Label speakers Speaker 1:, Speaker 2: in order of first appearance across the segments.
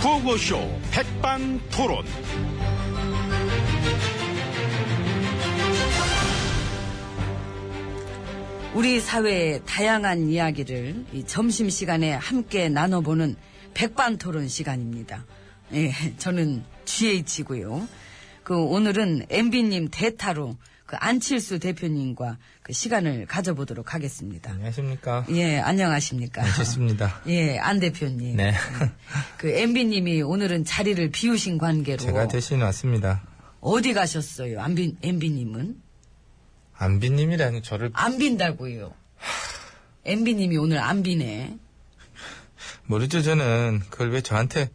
Speaker 1: 구호쇼 백반토론.
Speaker 2: 우리 사회의 다양한 이야기를 이 점심시간에 함께 나눠보는 백반토론 시간입니다. 예, 저는 GH고요. 그 오늘은 MB님 대타로 그 안칠수 대표님과 그 시간을 가져보도록 하겠습니다.
Speaker 3: 안녕하십니까.
Speaker 2: 예, 안녕하십니까.
Speaker 3: 좋습니다.
Speaker 2: 예, 안 대표님.
Speaker 3: 네.
Speaker 2: 그 MB님이 오늘은 자리를 비우신 관계로
Speaker 3: 제가 대신 왔습니다.
Speaker 2: 어디 가셨어요? 안빈 MB님은
Speaker 3: 안비님이랑 저를
Speaker 2: 안 빈다고요. MB님이 오늘 안 비네.
Speaker 3: 모르죠 저는 그걸 왜 저한테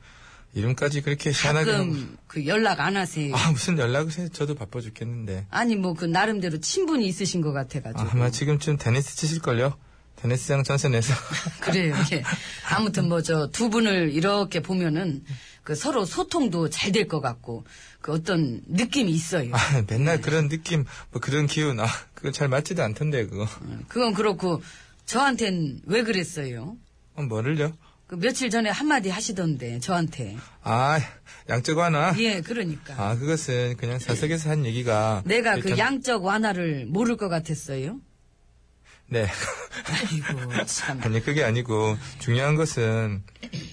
Speaker 3: 이름까지 그렇게 희한하게 하고-
Speaker 2: 가끔 그 연락 안 하세요.
Speaker 3: 아 무슨 연락을 해 저도 바빠 죽겠는데
Speaker 2: 아니 뭐 그 나름대로 친분이 있으신 것 같아가지고
Speaker 3: 아마 지금쯤 테니스 치실걸요 테니스장 전세 내서
Speaker 2: 그래요. 예. 아무튼 뭐 저 두 분을 이렇게 보면은 그 서로 소통도 잘 될 것 같고 그 어떤 느낌이 있어요.
Speaker 3: 아,
Speaker 2: 네.
Speaker 3: 맨날 그런 느낌 뭐 그런 기운 아 그거 잘 맞지도 않던데 그거
Speaker 2: 어, 그건 그렇고 저한텐 왜 그랬어요?
Speaker 3: 어, 뭐를요
Speaker 2: 그 며칠 전에 한마디 하시던데 저한테
Speaker 3: 아 양적 완화
Speaker 2: 예 그러니까
Speaker 3: 아 그것은 그냥 사석에서 한 얘기가
Speaker 2: 내가 그
Speaker 3: 일단-
Speaker 2: 양적 완화를 모를 것 같았어요.
Speaker 3: 네
Speaker 2: 아이고 참.
Speaker 3: 아니 그게 아니고 중요한 것은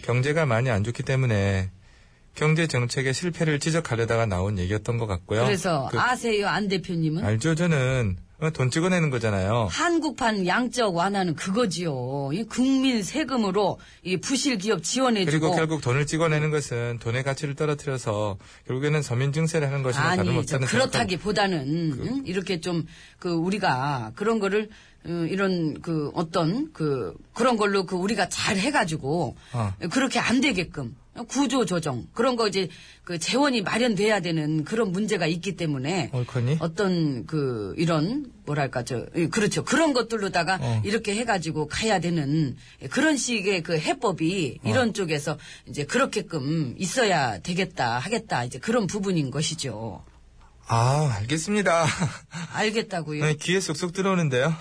Speaker 3: 경제가 많이 안 좋기 때문에 경제 정책의 실패를 지적하려다가 나온 얘기였던 것 같고요.
Speaker 2: 그래서
Speaker 3: 그-
Speaker 2: 아세요 안 대표님은
Speaker 3: 알죠 저는 어, 돈 찍어내는 거잖아요.
Speaker 2: 한국판 양적 완화는 그거지요. 이 국민 세금으로 이 부실 기업 지원해주고
Speaker 3: 그리고 결국 돈을 찍어내는 것은 돈의 가치를 떨어뜨려서 결국에는 서민 증세를 하는 것이나 뭐
Speaker 2: 아니 저
Speaker 3: 다름없다는 생각하고-
Speaker 2: 그렇다기보다는 응? 이렇게 좀 그 우리가 그런 거를 음, 이런 그 어떤 그 그런 걸로 그 우리가 잘 해가지고
Speaker 3: 아.
Speaker 2: 그렇게 안 되게끔 구조 조정 그런 거 이제 그 재원이 마련돼야 되는 그런 문제가 있기 때문에
Speaker 3: 옳거니?
Speaker 2: 어떤 그 이런 뭐랄까 저 예, 그렇죠 그런 것들로다가
Speaker 3: 어.
Speaker 2: 이렇게 해가지고 가야 되는 그런 식의 그 해법이 이런 쪽에서 이제 그렇게끔 있어야 되겠다 하겠다 이제 그런 부분인 것이죠
Speaker 3: 아 알겠습니다.
Speaker 2: 알겠다고요
Speaker 3: 아니, 귀에 쏙쏙 들어오는데요.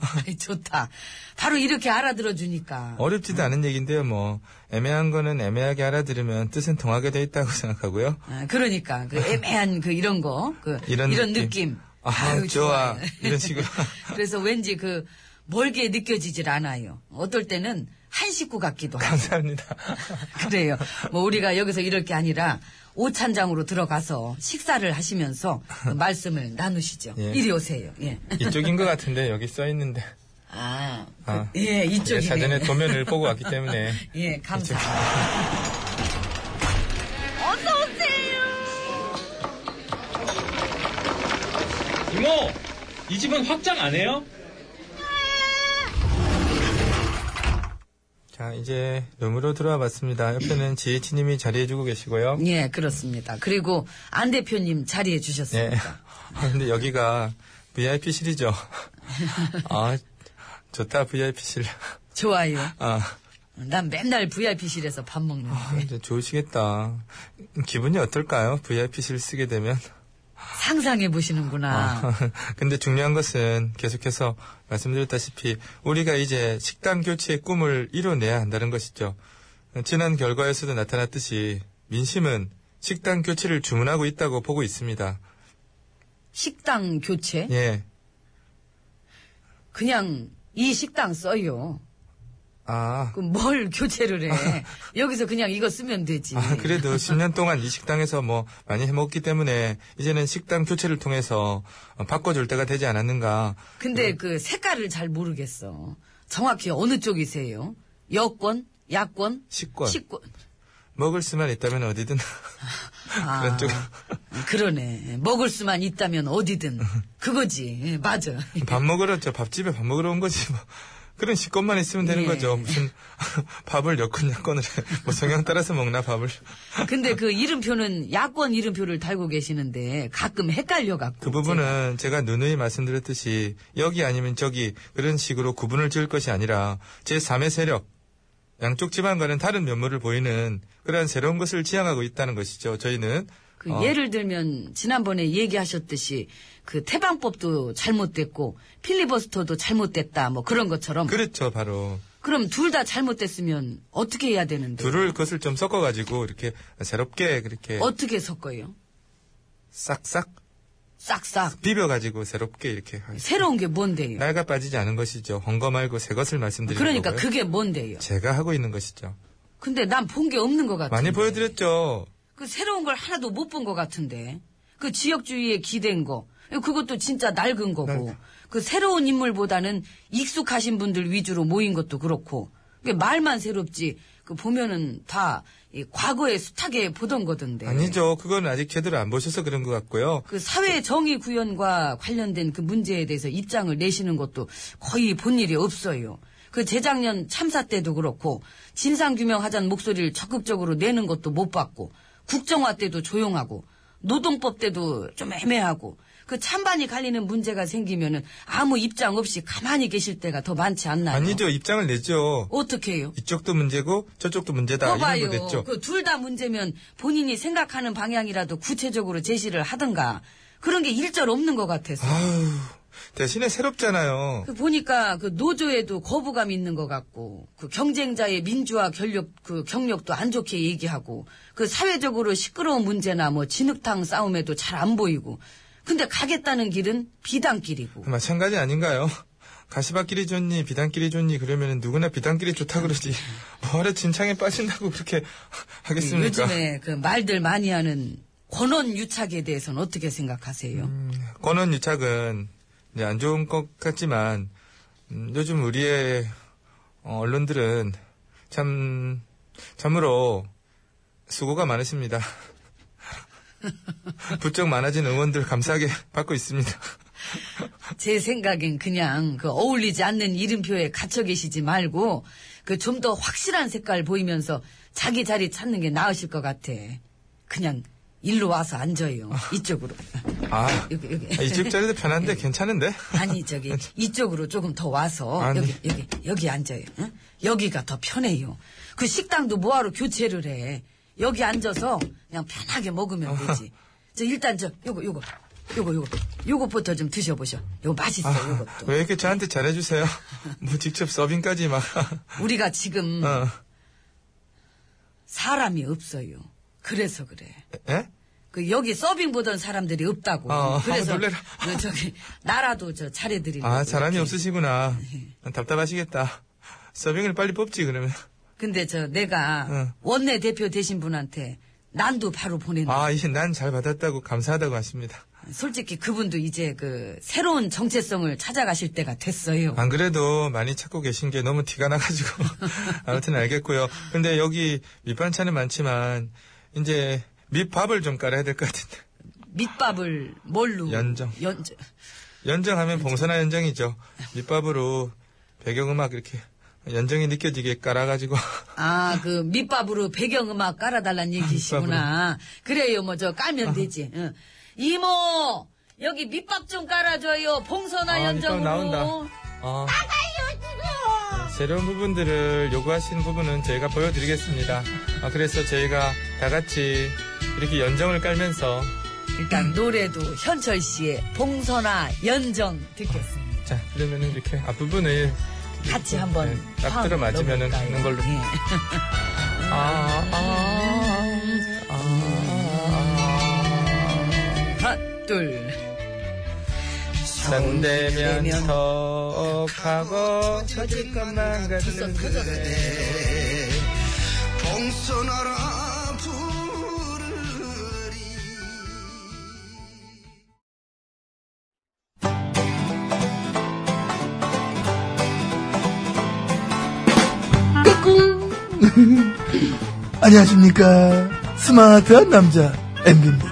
Speaker 2: 아이, 좋다 바로 이렇게 알아들어 주니까
Speaker 3: 어렵지도 않은 얘기인데요. 뭐 애매한 거는 애매하게 알아들으면 뜻은 통하게 돼 있다고 생각하고요.
Speaker 2: 아, 그러니까 그 애매한 그 이런 거그
Speaker 3: 이런
Speaker 2: 이런,
Speaker 3: 느낌.
Speaker 2: 느낌,
Speaker 3: 아,
Speaker 2: 아유,
Speaker 3: 좋아.
Speaker 2: 좋아요.
Speaker 3: 이런 식으로.
Speaker 2: 그래서 왠지 그 멀게 느껴지질 않아요 어떨 때는 한 식구 같기도 하고
Speaker 3: 감사합니다.
Speaker 2: 그래요. 뭐 우리가 여기서 이럴 게 아니라 오찬장으로 들어가서 식사를 하시면서 그 말씀을 나누시죠.
Speaker 3: 예.
Speaker 2: 이리 오세요. 예.
Speaker 3: 이쪽인 것 같은데 여기 써 있는데.
Speaker 2: 아, 그-
Speaker 3: 아.
Speaker 2: 예,
Speaker 3: 제가
Speaker 2: 이쪽이네.
Speaker 3: 사전에 도면을 보고 왔기 때문에
Speaker 2: 예, 감사합니다.
Speaker 4: 이모, 이 집은 확장 안 해요?
Speaker 3: 자 이제 룸으로 들어와 봤습니다. 옆에는 지혜치님이 자리해주고 계시고요.
Speaker 2: 예, 그렇습니다. 그리고 안 대표님 자리해
Speaker 3: 네.
Speaker 2: 주셨습니다.
Speaker 3: 근데 여기가 VIP실이죠. 아 좋다 VIP실.
Speaker 2: 좋아요.
Speaker 3: 아
Speaker 2: 난 맨날 VIP실에서 밥 먹는데.
Speaker 3: 이제 좋으시겠다. 기분이 어떨까요? VIP실 쓰게 되면. 아.
Speaker 2: 상상해 보시는구나.
Speaker 3: 근데 중요한 것은 계속해서 말씀드렸다시피 우리가 이제 식당 교체의 꿈을 이뤄내야 한다는 것이죠. 지난 결과에서도 나타났듯이 민심은 식당 교체를 주문하고 있다고 보고 있습니다.
Speaker 2: 식당 교체?
Speaker 3: 예.
Speaker 2: 그냥 이 식당 써요.
Speaker 3: 아.
Speaker 2: 그럼 뭘 교체를 해? 여기서 그냥 이거 쓰면 되지.
Speaker 3: 아, 그래도 10년 동안 이 식당에서 뭐 많이 해먹기 때문에 이제는 식당 교체를 통해서 어, 바꿔줄 때가 되지 않았는가. 네.
Speaker 2: 근데 그 색깔을 잘 모르겠어. 정확히 어느 쪽이세요? 여권? 야권?
Speaker 3: 식권.
Speaker 2: 식권.
Speaker 3: 먹을 수만 있다면 어디든.
Speaker 2: 아,
Speaker 3: 그런 쪽.
Speaker 2: 그러네. 먹을 수만 있다면 어디든. 그거지. 예, 맞아.
Speaker 3: 밥 먹으러 저 밥집에 밥 먹으러 온 거지 뭐 그런 식권만 있으면 되는
Speaker 2: 예.
Speaker 3: 거죠 무슨 밥을 여건 여건을 해. 뭐 성향 따라서 먹나 밥을
Speaker 2: 근데 그 이름표는 야권 이름표를 달고 계시는데 가끔 헷갈려갖고.
Speaker 3: 그 부분은 제가 누누이 말씀드렸듯이 여기 아니면 저기 그런 식으로 구분을 지을 것이 아니라 제 3의 세력 양쪽 집안과는 다른 면모를 보이는 그러한 새로운 것을 지향하고 있다는 것이죠 저희는
Speaker 2: 그
Speaker 3: 어,
Speaker 2: 예를 들면 지난번에 얘기하셨듯이 그 태방법도 잘못됐고 필리버스터도 잘못됐다 뭐 그런 것처럼
Speaker 3: 그렇죠 바로
Speaker 2: 그럼 둘 다 잘못됐으면 어떻게 해야 되는데?
Speaker 3: 둘을 것을 좀 섞어가지고 이렇게 새롭게 그렇게
Speaker 2: 어떻게 섞어요?
Speaker 3: 싹싹
Speaker 2: 싹싹.
Speaker 3: 비벼가지고 새롭게 이렇게 하-
Speaker 2: 새로운 게 뭔데요?
Speaker 3: 날가 빠지지 않은 것이죠. 헝거 말고 새 것을 말씀드리는
Speaker 2: 그러니까
Speaker 3: 거고요.
Speaker 2: 그게 아, 뭔데요?
Speaker 3: 제가 하고 있는 것이죠.
Speaker 2: 근데 난 본 게 없는 것 같은데.
Speaker 3: 많이 보여드렸죠.
Speaker 2: 그 새로운 걸 하나도 못 본 것 같은데. 그 지역주의에 기댄 거. 그것도 진짜 낡은 거고.
Speaker 3: 낡-
Speaker 2: 그 새로운 인물보다는 익숙하신 분들 위주로 모인 것도 그렇고. 그게 말만 새롭지. 그 보면은 다이 과거의 숱하게 보던 거던데.
Speaker 3: 아니죠. 그건 아직 제대로 안 보셔서 그런 것 같고요.
Speaker 2: 그 사회 정의 구현과 관련된 그 문제에 대해서 입장을 내시는 것도 거의 본 일이 없어요. 그 재작년 참사 때도 그렇고 진상 규명하자는 목소리를 적극적으로 내는 것도 못 봤고 국정화 때도 조용하고 노동법 때도 좀 애매하고 그 찬반이 갈리는 문제가 생기면은 아무 입장 없이 가만히 계실 때가 더 많지 않나요?
Speaker 3: 아니죠. 입장을 내죠.
Speaker 2: 어떻게 해요?
Speaker 3: 이쪽도 문제고 저쪽도 문제다 이런 거 됐죠.
Speaker 2: 봐요. 그 둘 다 문제면 본인이 생각하는 방향이라도 구체적으로 제시를 하든가 그런 게 일절 없는 것 같아서.
Speaker 3: 아유, 대신에 새롭잖아요.
Speaker 2: 그 보니까 그 노조에도 거부감 있는 것 같고 그 경쟁자의 민주화 결력 그 경력도 안 좋게 얘기하고 그 사회적으로 시끄러운 문제나 뭐 진흙탕 싸움에도 잘 안 보이고 근데 가겠다는 길은 비단길이고
Speaker 3: 마찬가지 아닌가요? 가시밭길이 좋니 비단길이 좋니 그러면 누구나 비단길이 좋다 그러지 뭐하러 진창에 빠진다고 그렇게
Speaker 2: 음.
Speaker 3: 하겠습니까?
Speaker 2: 요즘에 그 말들 많이 하는 권원 유착에 대해서는 어떻게 생각하세요?
Speaker 3: 음. 권원 유착은 이제 안 좋은 것 같지만 음, 요즘 우리의 어, 언론들은 참 참으로 수고가 많으십니다. 부쩍 많아진 응원들 감사하게 받고 있습니다.
Speaker 2: 제 생각엔 그냥 그 어울리지 않는 이름표에 갇혀 계시지 말고 그 좀 더 확실한 색깔 보이면서 자기 자리 찾는 게 나으실 것 같아. 그냥 일로 와서 앉아요. 이쪽으로.
Speaker 3: 아,
Speaker 2: 여기 여기.
Speaker 3: 아, 이쪽 자리도 편한데 괜찮은데?
Speaker 2: 아니 저기 이쪽으로 조금 더 와서
Speaker 3: 아니.
Speaker 2: 여기 여기 여기 앉아요. 응? 여기가 더 편해요. 그 식당도 뭐하러 교체를 해? 여기 앉아서 그냥 편하게 먹으면 되지. 저 일단 저 요거 요거 요거 요거 요거부터 좀 드셔보셔. 요거 맛있어 요
Speaker 3: 아,
Speaker 2: 요것도.
Speaker 3: 왜 이렇게 저한테 잘해주세요? 뭐 직접 서빙까지 막.
Speaker 2: 우리가 지금
Speaker 3: 어.
Speaker 2: 사람이 없어요. 그래서 그래.
Speaker 3: 예?
Speaker 2: 그 여기 서빙 보던 사람들이 없다고.
Speaker 3: 어, 어,
Speaker 2: 그래서
Speaker 3: 놀래라.
Speaker 2: 그 저기 나라도 저 잘해드리는.
Speaker 3: 아, 사람이 없으시구나. 답답하시겠다. 서빙을 빨리 뽑지 그러면.
Speaker 2: 근데 저 내가
Speaker 3: 응.
Speaker 2: 원내 대표 되신 분한테 난도 바로 보내는.
Speaker 3: 아, 이제 난 잘 받았다고 감사하다고 하십니다.
Speaker 2: 솔직히 그분도 이제 그 새로운 정체성을 찾아가실 때가 됐어요.
Speaker 3: 안 그래도 많이 찾고 계신 게 너무 티가 나가지고 아무튼 알겠고요. 근데 여기 밑반찬은 많지만 이제 밑밥을 좀 깔아야 될 것 같은데
Speaker 2: 밑밥을 뭘로?
Speaker 3: 연정.
Speaker 2: 연정.
Speaker 3: 연정하면
Speaker 2: 그렇죠.
Speaker 3: 봉선화 연정이죠. 밑밥으로 배경음악 이렇게 연정이 느껴지게 깔아가지고
Speaker 2: 아, 그 밑밥으로 배경음악 깔아달란 얘기시구나. 그래요, 뭐 저
Speaker 3: 아.
Speaker 2: 깔면 되지. 응. 이모, 여기 밑밥 좀 깔아줘요. 봉선화
Speaker 3: 아, 밑밥
Speaker 2: 연정으로.
Speaker 3: 나온다. 어. 새로운 부분들을 요구하시는 부분은 저희가 보여드리겠습니다. 아, 그래서 저희가 다 같이 이렇게 연정을 깔면서
Speaker 2: 일단 노래도 현철 씨의 봉선화 연정 듣겠습니다.
Speaker 3: 자 그러면은 이렇게 앞부분을
Speaker 2: 같이 한번 예.
Speaker 3: 네, 딱 들어 맞으면은 하는 걸로. 아, 아, 아, 아.
Speaker 2: 하나, 둘.
Speaker 3: 상대면 턱하고 젖을 것만 같은 그대
Speaker 5: 봉선하라 부르리
Speaker 6: 안녕하십니까. 스마트한 남자, MB입니다.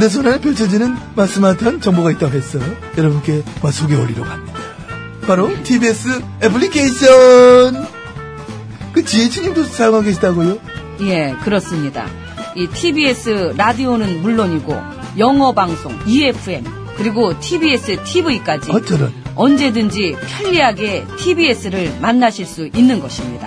Speaker 6: 내 손안에 펼쳐지는 마 스마트한 정보가 있다고 해서 여러분께 마 소개해드리려고 합니다. 바로 TBS 애플리케이션! 그 지혜진님도 사용하고 계시다고요?
Speaker 2: 예, 그렇습니다. 이 TBS 라디오는 물론이고 영어 방송, EFM, 그리고 TBS TV까지
Speaker 6: 어쩌면
Speaker 2: 언제든지 편리하게 TBS를 만나실 수 있는 것입니다.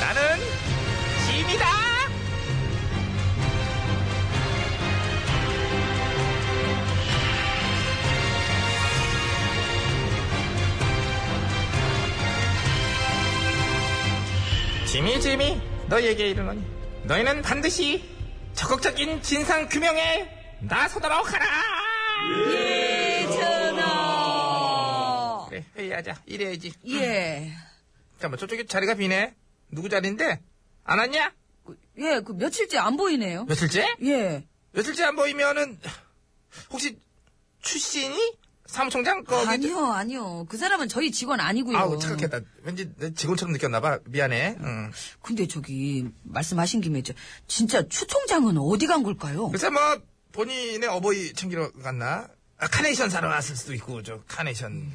Speaker 3: 나는 짐이다. 짐이 짐이 너희에게 이르노니 너희는 반드시 적극적인 진상 규명에 나서도록 하라.
Speaker 2: 예전아.
Speaker 1: 그래, 회의하자. 이래야지.
Speaker 2: 예.
Speaker 1: 잠깐만, 저쪽에 자리가 비네. 누구 자리인데? 안 왔냐?
Speaker 2: 예, 그 며칠째 안 보이네요.
Speaker 1: 며칠째?
Speaker 2: 예.
Speaker 1: 며칠째 안 보이면은, 혹시, 출신이? 사무총장 거기?
Speaker 2: 아니요, 아니요. 그 사람은 저희 직원 아니고요.
Speaker 1: 아우, 어, 착각했다. 왠지 내 직원처럼 느꼈나봐. 미안해. 응.
Speaker 2: 근데 저기 말씀하신 김에 저 진짜 추 총장은 어디 간 걸까요?
Speaker 1: 글쎄, 뭐, 본인의 어버이 챙기러 갔나? 아, 카네이션 사러 왔을 수도 있고, 저, 카네이션.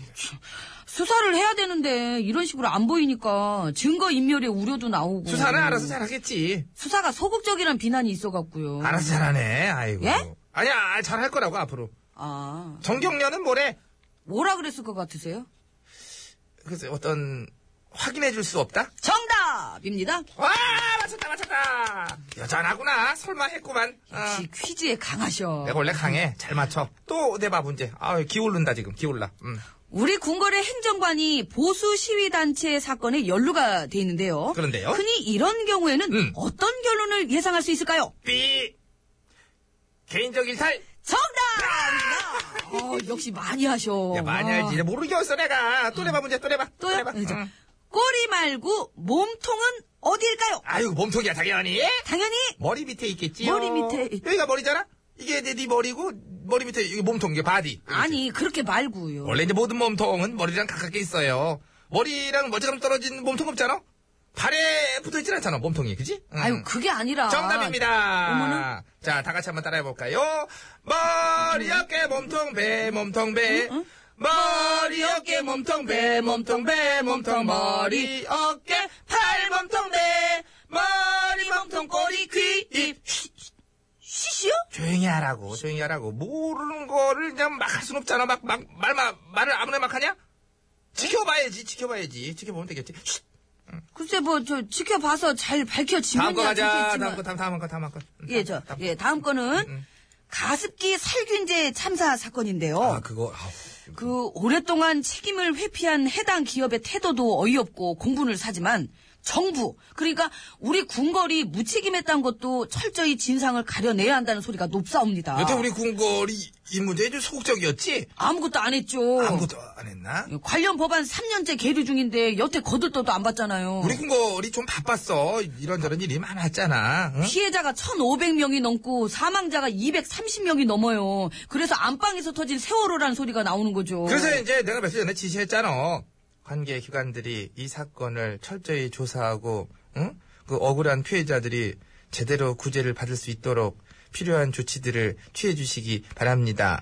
Speaker 2: 수사를 해야 되는데 이런 식으로 안 보이니까 증거 인멸의 우려도 나오고.
Speaker 1: 수사는 알아서 잘하겠지.
Speaker 2: 수사가 소극적이란 비난이 있어갖고요.
Speaker 1: 알아서 잘하네, 아이고.
Speaker 2: 예?
Speaker 1: 아니야, 아, 잘할 거라고, 앞으로.
Speaker 2: 아,
Speaker 1: 정경련은 뭐래?
Speaker 2: 뭐라 그랬을 것 같으세요?
Speaker 1: 글쎄, 어떤, 확인해 줄 수 없다?
Speaker 2: 정답입니다.
Speaker 1: 와, 맞췄다, 맞췄다! 여전하구나. 설마 했구만. 어.
Speaker 2: 역시 퀴즈에 강하셔.
Speaker 1: 내가 원래 강해. 잘 맞춰. 또 내봐 문제. 아, 기울는다 지금. 기울라. 음.
Speaker 2: 우리 궁궐의 행정관이 보수 시위 단체 사건에 연루가 돼 있는데요.
Speaker 1: 그런데요?
Speaker 2: 흔히 이런 경우에는
Speaker 1: 음.
Speaker 2: 어떤 결론을 예상할 수 있을까요?
Speaker 1: 삐. 개인적 일탈.
Speaker 2: 정답! 어, 역시 많이 하셔.
Speaker 1: 아!
Speaker 2: 아.
Speaker 1: 야, 많이 알지. 이제 모르겠어 내가. 또 내봐 문제. 또 내봐. 또
Speaker 2: 또요?
Speaker 1: 내봐.
Speaker 2: 네, 저,
Speaker 1: 음.
Speaker 2: 꼬리 말고 몸통은 어디일까요?
Speaker 1: 아유, 몸통이야 당연히.
Speaker 2: 당연히
Speaker 1: 머리 밑에 있겠지. 어.
Speaker 2: 머리 밑에 있-
Speaker 1: 여기가 머리잖아. 이게 내 네 머리고 머리 밑에 이게 몸통 이게 바디.
Speaker 2: 아니 그렇게 말고요.
Speaker 1: 음. 원래 이제 모든 몸통은 머리랑 가깝게 있어요. 머리랑 멀찌감 떨어진 몸통 없잖아. 발에 붙어 있진 않잖아. 몸통이 그지? 음.
Speaker 2: 아유 그게 아니라
Speaker 1: 정답입니다.
Speaker 2: 어머나.
Speaker 1: 자, 다 같이 한번 따라해 볼까요? 머리 어깨 몸통 배 몸통 배. 머리 어깨 몸통 배 몸통 배 몸통 머리 어깨 팔 몸통 배 머리 몸통 꼬리 귀 입.
Speaker 2: 쉬시요?
Speaker 1: 조용히 하라고 조용히 하라고 모르는 거를 그냥 막 할 순 없잖아 막막 말만 말을 아무나 막 하냐? 지켜봐야지 지켜봐야지 지켜보면 되겠지. 쉿.
Speaker 2: 글쎄 뭐 저 지켜봐서 잘 밝혀지면
Speaker 1: 다음 거 가자.
Speaker 2: 좋겠지만.
Speaker 1: 다음 거 다음 다음 거 다음 거.
Speaker 2: 예, 저,
Speaker 1: 다음 거.
Speaker 2: 예, 다음 거는 가습기 살균제 참사 사건인데요.
Speaker 1: 아 그거 아우.
Speaker 2: 그 오랫동안 책임을 회피한 해당 기업의 태도도 어이없고 공분을 사지만 정부 그러니까 우리 궁궐이 무책임했던 것도 철저히 진상을 가려내야 한다는 소리가 높사옵니다.
Speaker 1: 여태 우리 궁궐이 이 문제에 좀 소극적이었지?
Speaker 2: 아무것도 안 했죠.
Speaker 1: 아무것도 안 했나?
Speaker 2: 관련 법안 3년째 계류 중인데 여태 거들떠도 안 봤잖아요.
Speaker 1: 우리 궁궐이 좀 바빴어. 이런저런 일이 많았잖아. 응?
Speaker 2: 피해자가 1,500명이 넘고 사망자가 230명이 넘어요. 그래서 안방에서 터진 세월호라는 소리가 나오는 거죠.
Speaker 1: 그래서 이제 내가 며칠 전에 지시했잖아. 관계 기관들이 이 사건을 철저히 조사하고, 응? 그 억울한 피해자들이 제대로 구제를 받을 수 있도록 필요한 조치들을 취해 주시기 바랍니다.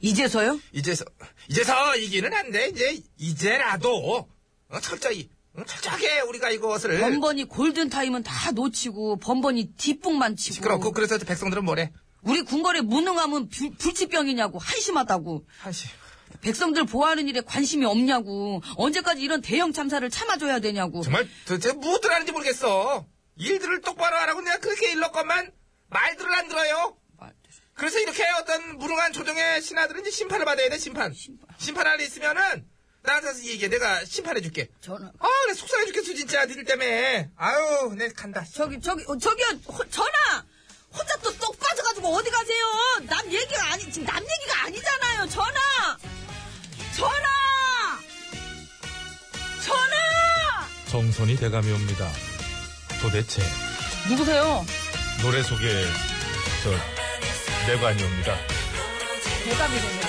Speaker 2: 이제서요?
Speaker 1: 이제서, 이제서 이기는 안 돼. 이제, 이제라도, 어, 철저히, 응? 철저하게 우리가 이것을.
Speaker 2: 번번이 골든타임은 다 놓치고 번번이 뒷북만 치고
Speaker 1: 시끄럽고, 그래서 백성들은 뭐래?
Speaker 2: 우리 궁궐의 무능함은 불, 불치병이냐고 한심하다고
Speaker 1: 한심.
Speaker 2: 백성들 보호하는 일에 관심이 없냐고 언제까지 이런 대형 참사를 참아줘야 되냐고
Speaker 1: 정말 도대체 무엇들 하는지 모르겠어. 일들을 똑바로 하라고 내가 그렇게 일렀건만 말들을 안 들어요. 그래서 이렇게 어떤 무능한 조정의 신하들은 이제 심판을 받아야 돼, 심판. 심판 안에 있으면은 나한테 와서 얘기해. 내가 심판해줄게.
Speaker 2: 전화
Speaker 1: 아, 내 속상해 죽겠어, 진짜. 니들 때문에. 아유, 내 간다.
Speaker 2: 저기 저기 어, 저기요 호- 전화 혼자 또 똑 빠져가지고 어디 가세요 남 얘기가 아니 지금 남 얘기가 아니잖아요 전화 전화 전화
Speaker 3: 정선이 대감이 옵니다. 도대체
Speaker 2: 누구세요
Speaker 3: 노래 속에 저 내관이 옵니다.
Speaker 2: 대답이 되냐